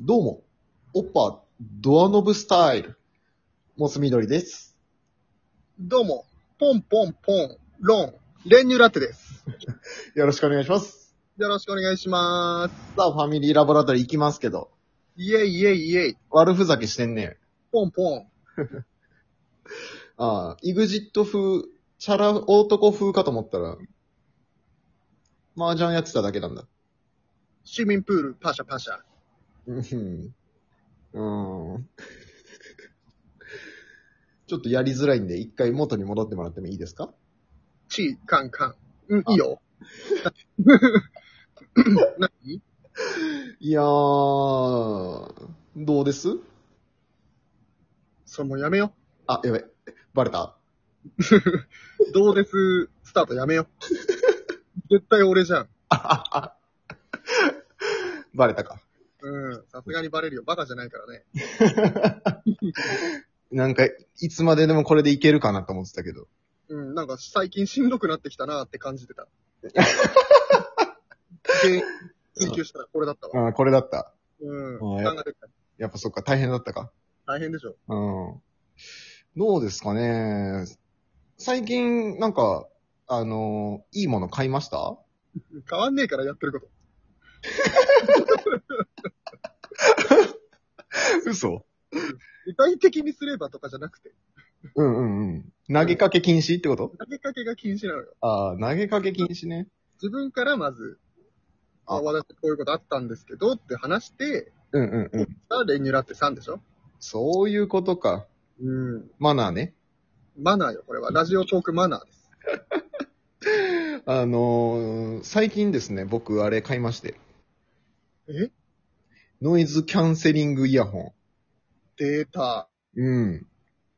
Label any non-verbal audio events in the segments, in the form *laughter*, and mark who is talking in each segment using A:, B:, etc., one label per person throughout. A: どうも、オッパ、ドアノブスタイル、モス緑です。
B: どうも、ポンポンポン、ロン、練乳ラテです。
A: よろしくお願いします。
B: よろしくお願いします。
A: さあ、ファミリーラボラトリー行きますけど、
B: イエイイエイイエイ、
A: 悪ふざけしてんね。
B: ポンポン。
A: ああ、イグジット風、チャラ男風かと思ったら、麻雀やってただけなんだ。
B: 市民プール、パシャパシャ。
A: うんふん。うーん。ちょっとやりづらいんで、一回元に戻ってもらってもいいですか
B: チー、カンカン。うん、いいよ。何
A: いやー、どうです
B: それもうやめよ。
A: あ、やべ、バレた
B: どうです、スタートやめよ。絶対俺じゃん。
A: *laughs* バレたか。
B: うん、さすがにバレるよ。バカじゃないからね。
A: なんか、いつまででもこれでいけるかなと思ってたけど。
B: うん、なんか最近しんどくなってきたなって感じてた。で、追求したらこれだったわ。
A: ああ、これだった。
B: うん、
A: あ
B: 考
A: やっぱ
B: えてた。
A: やっぱそっか、大変だったか。
B: 大変でしょ。
A: うん。どうですかね。最近、なんか、あのいいもの買いました
B: 変わんねえからやってること。
A: 嘘
B: 具体的にすればとかじゃなくて、
A: うんうんうん。投げかけ禁止ってこと
B: 投げかけが禁止なのよ。
A: ああ、投げかけ禁止ね。
B: 自分からまず、あ、
A: あ
B: 私こういうことあったんですけどって話して、
A: うんうんうん。
B: さあ、レニュラって3でしょ
A: そういうことか。
B: うん。
A: マナーね。
B: マナーよ、これは。ラジオトークマナーです。
A: *laughs* あのー最近ですね、僕あれ買いまして。
B: え
A: ノイズキャンセリングイヤホ
B: データ、
A: ン。うん。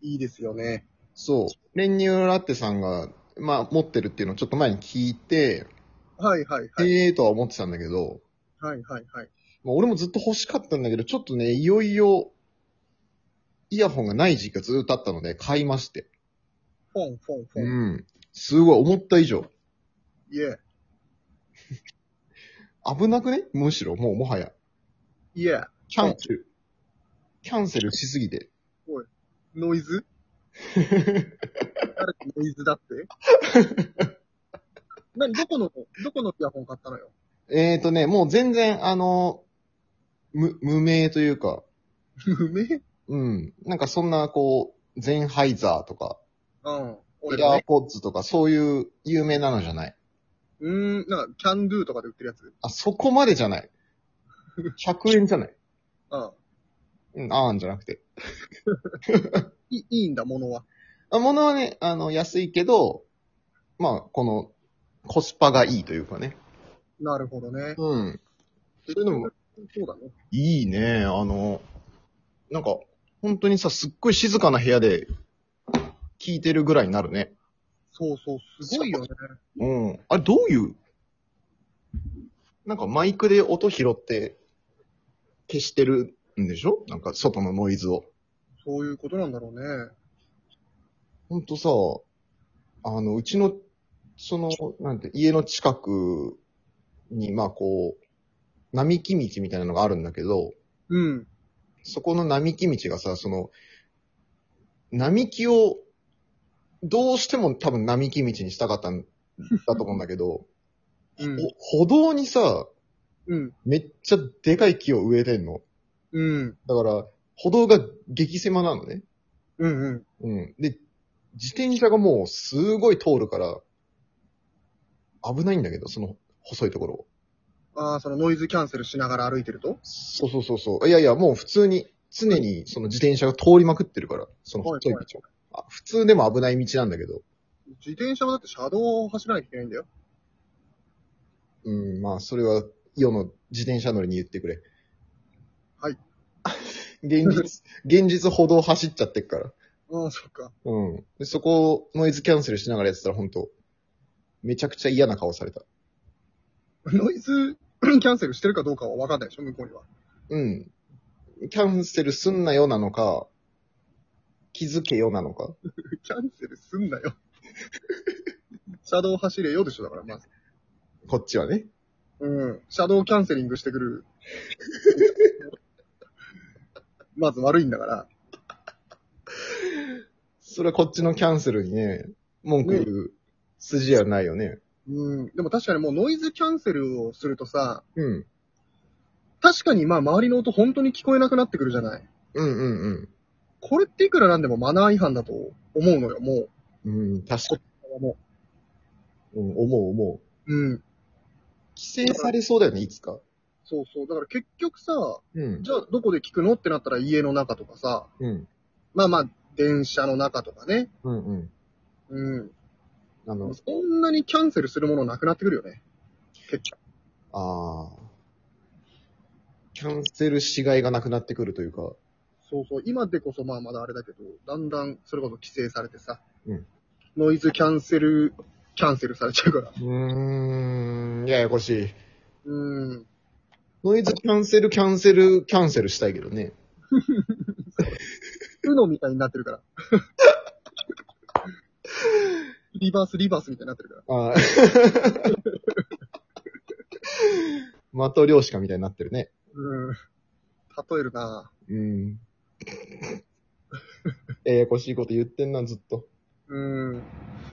B: いいですよね。
A: そう。練乳ラッテさんが、まあ、持ってるっていうのをちょっと前に聞いて、
B: はいはいはい。
A: ええとは思ってたんだけど、
B: はいはいはい。
A: まあ、俺もずっと欲しかったんだけど、ちょっとね、いよいよ、イヤホンがない時期がずっとあったので、買いまして。
B: フォンフォンフォン。
A: うん。すごい、思った以上。
B: いえ、
A: 危なくねむしろ、もうもはや。
B: いえ、
A: キャンセル。キャンセルしすぎて。
B: ノイズ誰かノイズだって *laughs* などこの、どこのイヤホン買ったのよ
A: ええとね、もう全然、あの、無、無名というか、
B: 不明
A: うん。なんかそんな、こう、ゼンハイザーとか、
B: うん。
A: イ
B: 俺
A: ヤ
B: も
A: ー
B: ね。
A: ポッズとか、そういう有名なのじゃない。
B: うーん、なんか、キャンドゥとかで売ってるやつ。
A: あ、そこまでじゃない。100円じゃない。
B: うん。
A: うん、あーんじゃなくて。
B: いい、いいんだ、ものは。
A: あ物はね、あの、安いけど、まあ、この、コスパがいいというかね。
B: なるほどね。
A: うん。それでも、
B: そうだね。
A: いいね、あの、なんか、本当にさ、すっごい静かな部屋で、聞いてるぐらいになるね。
B: そうそう、すごいよね。
A: うん。あれ、どういうなんかマイクで音拾って消してるんでしょなんか外のノイズを。
B: そういうことなんだろうね。
A: ほんとさ、あの、うちの、その、なんて、家の近くに、まあこう、並木道みたいなのがあるんだけど、
B: うん。
A: そこの並木道がさ、その、並木を、どうしても多分並木道にしたかったんだと思うんだけど、
B: うん。
A: お歩道にさ、
B: うん。
A: めっちゃでかい木を植えてんの。
B: うん。
A: だから、歩道が激狭なのね。
B: うん。うん。
A: うん。で、自転車がもうすごい通るから、危ないんだけど、その細いところを。
B: ああ、そのノイズキャンセルしながら歩いてると
A: そうそうそうそう。いやいや、もう普通に、常にその自転車が通りまくってるから、その細い道を。あ普通でも危ない道なんだけど。
B: 自転車はだって車道を走らなきゃいけないんだよ。
A: うん、まあ、それは、世の自転車乗りに言ってくれ。
B: はい。
A: *laughs* 現実、現実歩道走っちゃってっから。
B: ああ、そっか。
A: うん。でそこをノイズキャンセルしながらやってたら、ほんと、めちゃくちゃ嫌な顔された。
B: ノイズ *coughs* キャンセルしてるかどうかはわかんないでしょ、向こうには。
A: うん。キャンセルすんなよなのか、気づけよなのか。
B: キャンセルすんなよ。 *laughs* 車道走れよでしょ、だから、まず。
A: こっちはね。
B: うん。車道キャンセリングしてくる。 *laughs* まず悪いんだから。
A: それはこっちのキャンセルにね、文句言う筋合いはないよね。
B: うん。でも確かにもうノイズキャンセルをするとさ、
A: うん。
B: 確かにまあ周りの音本当に聞こえなくなってくるじゃない。
A: うんうん
B: これっていくらなんでもマナー違反だと思うのよ、もう。
A: うん。うん、確か
B: も
A: に。うん、思う思う。
B: ううん。
A: 規制されそうだよね、いつか。
B: そうそう。だから結局さ、
A: うん。
B: じゃあどこで聞くのってなったら家の中とかさ、
A: うん。
B: まあまあ電車の中とかね。
A: うんうん。
B: うん。
A: あの、
B: そんなにキャンセルするものなくなってくるよね。結局。
A: ああ。キャンセルしがいがなくなってくるというか。
B: そうそう。今でこそまあまだあれだけど、だんだんそれこそ規制されてさ、
A: うん
B: ノイズキャンセル、キャンセルされちゃうから。
A: うーん、ややこしい。
B: うん。
A: ノイズキャンセル、キャンセル、キャンセルしたいけどね。
B: うのみたいになってるから。リバース、リバースみたいになってるから。
A: ああ。 *laughs* 的漁師かみたいになってるね。
B: うん。例えるな
A: うん。ややこしいこと言ってんな、ずっと。
B: うん。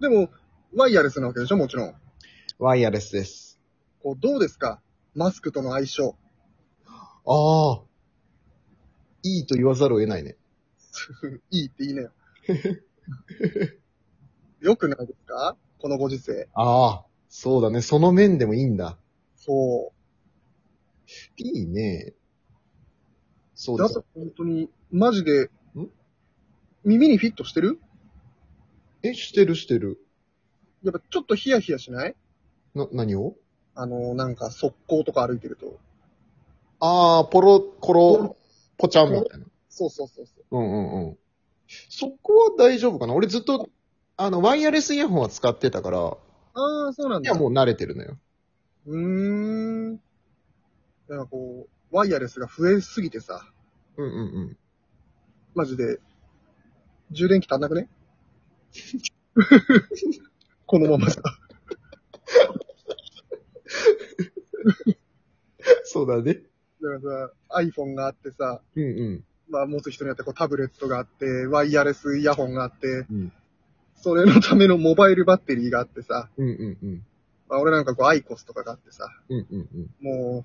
B: でも、ワイヤレスなわけでしょもちろん。
A: ワイヤレスです。
B: こう、どうですかマスクとの相性。
A: ああ。いいと言わざるを得ないね。
B: いいっていいね。
A: *laughs*
B: よくないですかこのご時世。
A: ああ。そうだね。その面でもいいんだ。
B: そ。
A: いいね。そうう
B: だ
A: だ。
B: と本当に、マジで
A: ん、
B: 耳にフィットしてる
A: え、してるしてる。
B: やっぱちょっとヒヤヒヤしない
A: な、何を
B: あの、なんか、速攻とか歩いてると。
A: ああ、ポロ、コロ、ポチャンみたいな。
B: そうそうそうそう。
A: うんうんうん。そこは大丈夫かな俺ずっと、あの、ワイヤレスイヤホンは使ってたから、
B: ああ、そうなん
A: い
B: だ。
A: やもう慣れてるのよ。
B: うーん。だからこう、ワイヤレスが増えすぎてさ、
A: うんうんうん。
B: マジで、充電器足ん
A: *laughs*
B: なくねこのままさ。
A: そうだね。
B: だからさ、iPhone があってさ、
A: うんうん。
B: まあ持つ人によってこうタブレットがあって、ワイヤレスイヤホンがあって、
A: うん
B: それのためのモバイルバッテリーがあってさ、
A: うんうんうん。
B: まあ、俺なんかこうアイコスとかがあってさ、
A: うんうんうん。
B: もう、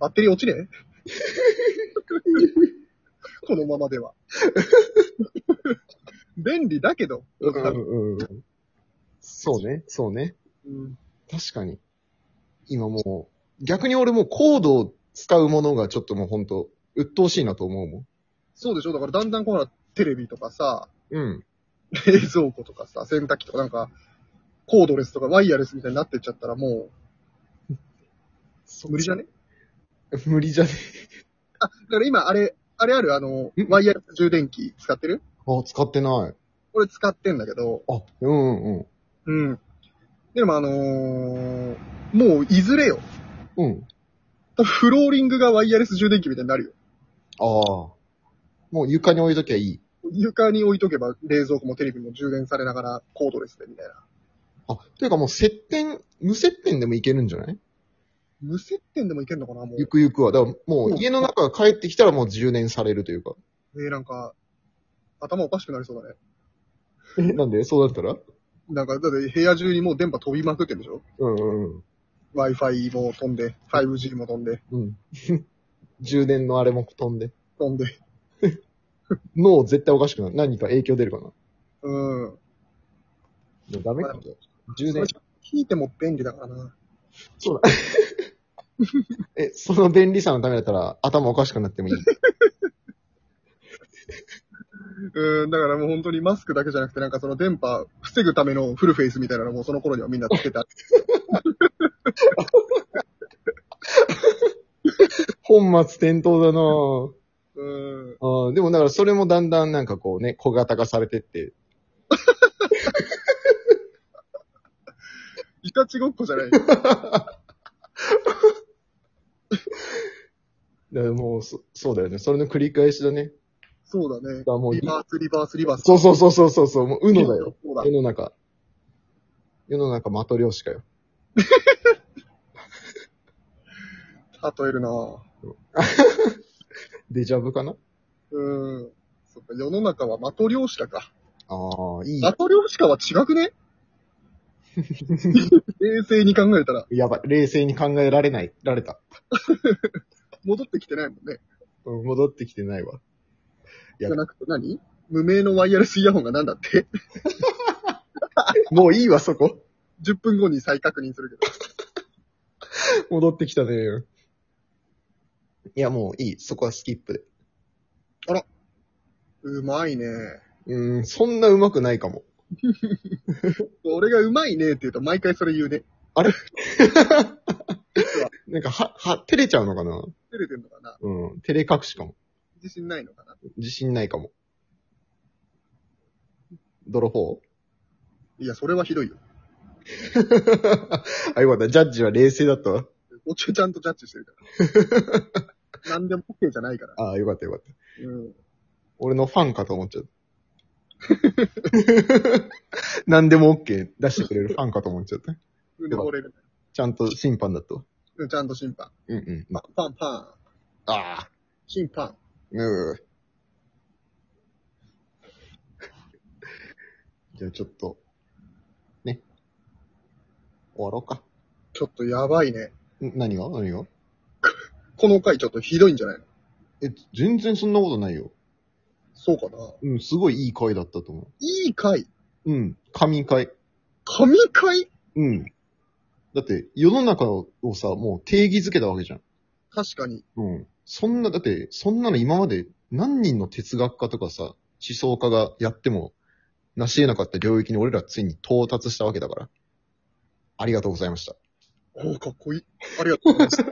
B: バッテリー落ちね *laughs* このままでは。便利だけど、
A: うんうん、そうね、そうね。
B: うん
A: 確かに。今もう、逆に俺もうコードを使うものがちょっともうほんと、鬱陶しいなと思うもん。
B: そうでしょだからだんだんこうほら、テレビとかさ、
A: うん。
B: 冷蔵庫とかさ、洗濯機とかなんか、コードレスとかワイヤレスみたいになってっちゃったらもう、無理じゃね
A: 無理じゃね。
B: あ、だから今あれ、あれあるあの
A: うん、
B: ワイヤレス充電器使ってる
A: あ、使ってない。
B: 俺使ってんだけど、
A: あ、うんうん
B: うん。でもあのー、もういずれよ。
A: うん。うん。
B: フローリングがワイヤレス充電器みたいになるよ。
A: ああ。もう床に置いときゃいい。
B: 床に置いとけば冷蔵庫もテレビも充電されながらコードレスでみたいな。
A: あ、というかもう接点、無接点でもいけるんじゃない
B: 無接点でもいけんのかなもう。
A: ゆくゆくは。だからも
B: う
A: うん家の中帰ってきたらもう充電されるというか。
B: えー、なんか、頭おかしくなりそうだね。
A: え、なんでそうだったら
B: なんか、だって部屋中にもう電波飛びまくってんでしょ
A: うんうんうん。
B: ?Wi-Fi も飛んで、5G も飛んで、
A: うん。 *laughs* 充電のあれも飛んで。
B: 飛んで。
A: 脳絶対おかしくなる。何か影響出るかな。
B: うん。
A: でもダメか
B: ま。
A: 充電。
B: 聞いても便利だからな。
A: そうだ。え、その便利さのためだったら頭おかしくなってもいい。
B: うん、だからもう本当にマスクだけじゃなくて、なんかその電波防ぐためのフルフェイスみたいなのもその頃にはみんなつけた。
A: *laughs* 本末転倒だなぁ。
B: うん。
A: あーでもだからそれもだんだんなんかこうね、小型化されてって。
B: いたちごっこじゃない。
A: だからもうそ、そうだよね。それの繰り返しだね。
B: そうだね
A: だ。から *laughs* もう
B: リ、バース、リバース、リバース。
A: そうそうそうそうそうそう、もう、うのだよ。
B: そうだ
A: 世の中。世の中、的漁師かよ。
B: 例えるなぁ。
A: デジャブかな
B: うーん。そっか、世の中はマトリョーシカか。
A: ああ、い
B: マトリョーシカは違
A: *laughs*
B: くね冷静に考えたら、
A: い。やばい。冷静に考えられない、られた。
B: 戻ってきてないもんね。
A: うん戻ってきてないわ。い
B: じ
A: や
B: ゃなくて何無名のワイヤレスイヤホンが何だって
A: もういいわ、そこ。
B: ?10 分後に再確認するけど。
A: 戻ってきたね。いや、もういい。そこはスキップで。
B: うまいね。
A: うーん、そんな上手くないかも。
B: 俺がうまいねって言うと毎回それ言うね。
A: なんか、は、は、照れちゃうのかな
B: 照れてんのかな
A: うん、照れ隠しかも。
B: 自信ないのかな
A: 自信ないかも。泥棒
B: いや、それはひどいよ。
A: *laughs* あ、よかった。ジャッジは冷静だったわ。
B: こっちはちゃんとジャッジしてる
A: *laughs*
B: から。何でも OK じゃないから。
A: ああ、よかったよかった。
B: うん。
A: 俺のファンかと思っちゃう。 *laughs* 何でも OK 出してくれるファンかと思っちゃった。
B: うん、登れる。
A: ちゃんと審判だと。
B: うんちゃんと審判。
A: うんうん。ま
B: パンパン。
A: ああ、
B: 審判。
A: うー *laughs* じゃあちょっと、ね。終わろうか。
B: ちょっとやばいね。
A: ん何が何が
B: この回ちょっとひどいんじゃないの
A: え、全然そんなことないよ。
B: そうかな
A: うん、すごいいい回だったと思
B: いい回
A: う。うん、神回。
B: 神回
A: うん。だって、世の中をさ、もう定義づけたわけじゃん。
B: 確かに。
A: うん。そんな、だって、そんなの今まで何人の哲学家とかさ、思想家がやっても、成し得なかった領域に俺らついに到達したわけだから。ありがとうございました。
B: おお、かっこいい。ありがとうございます。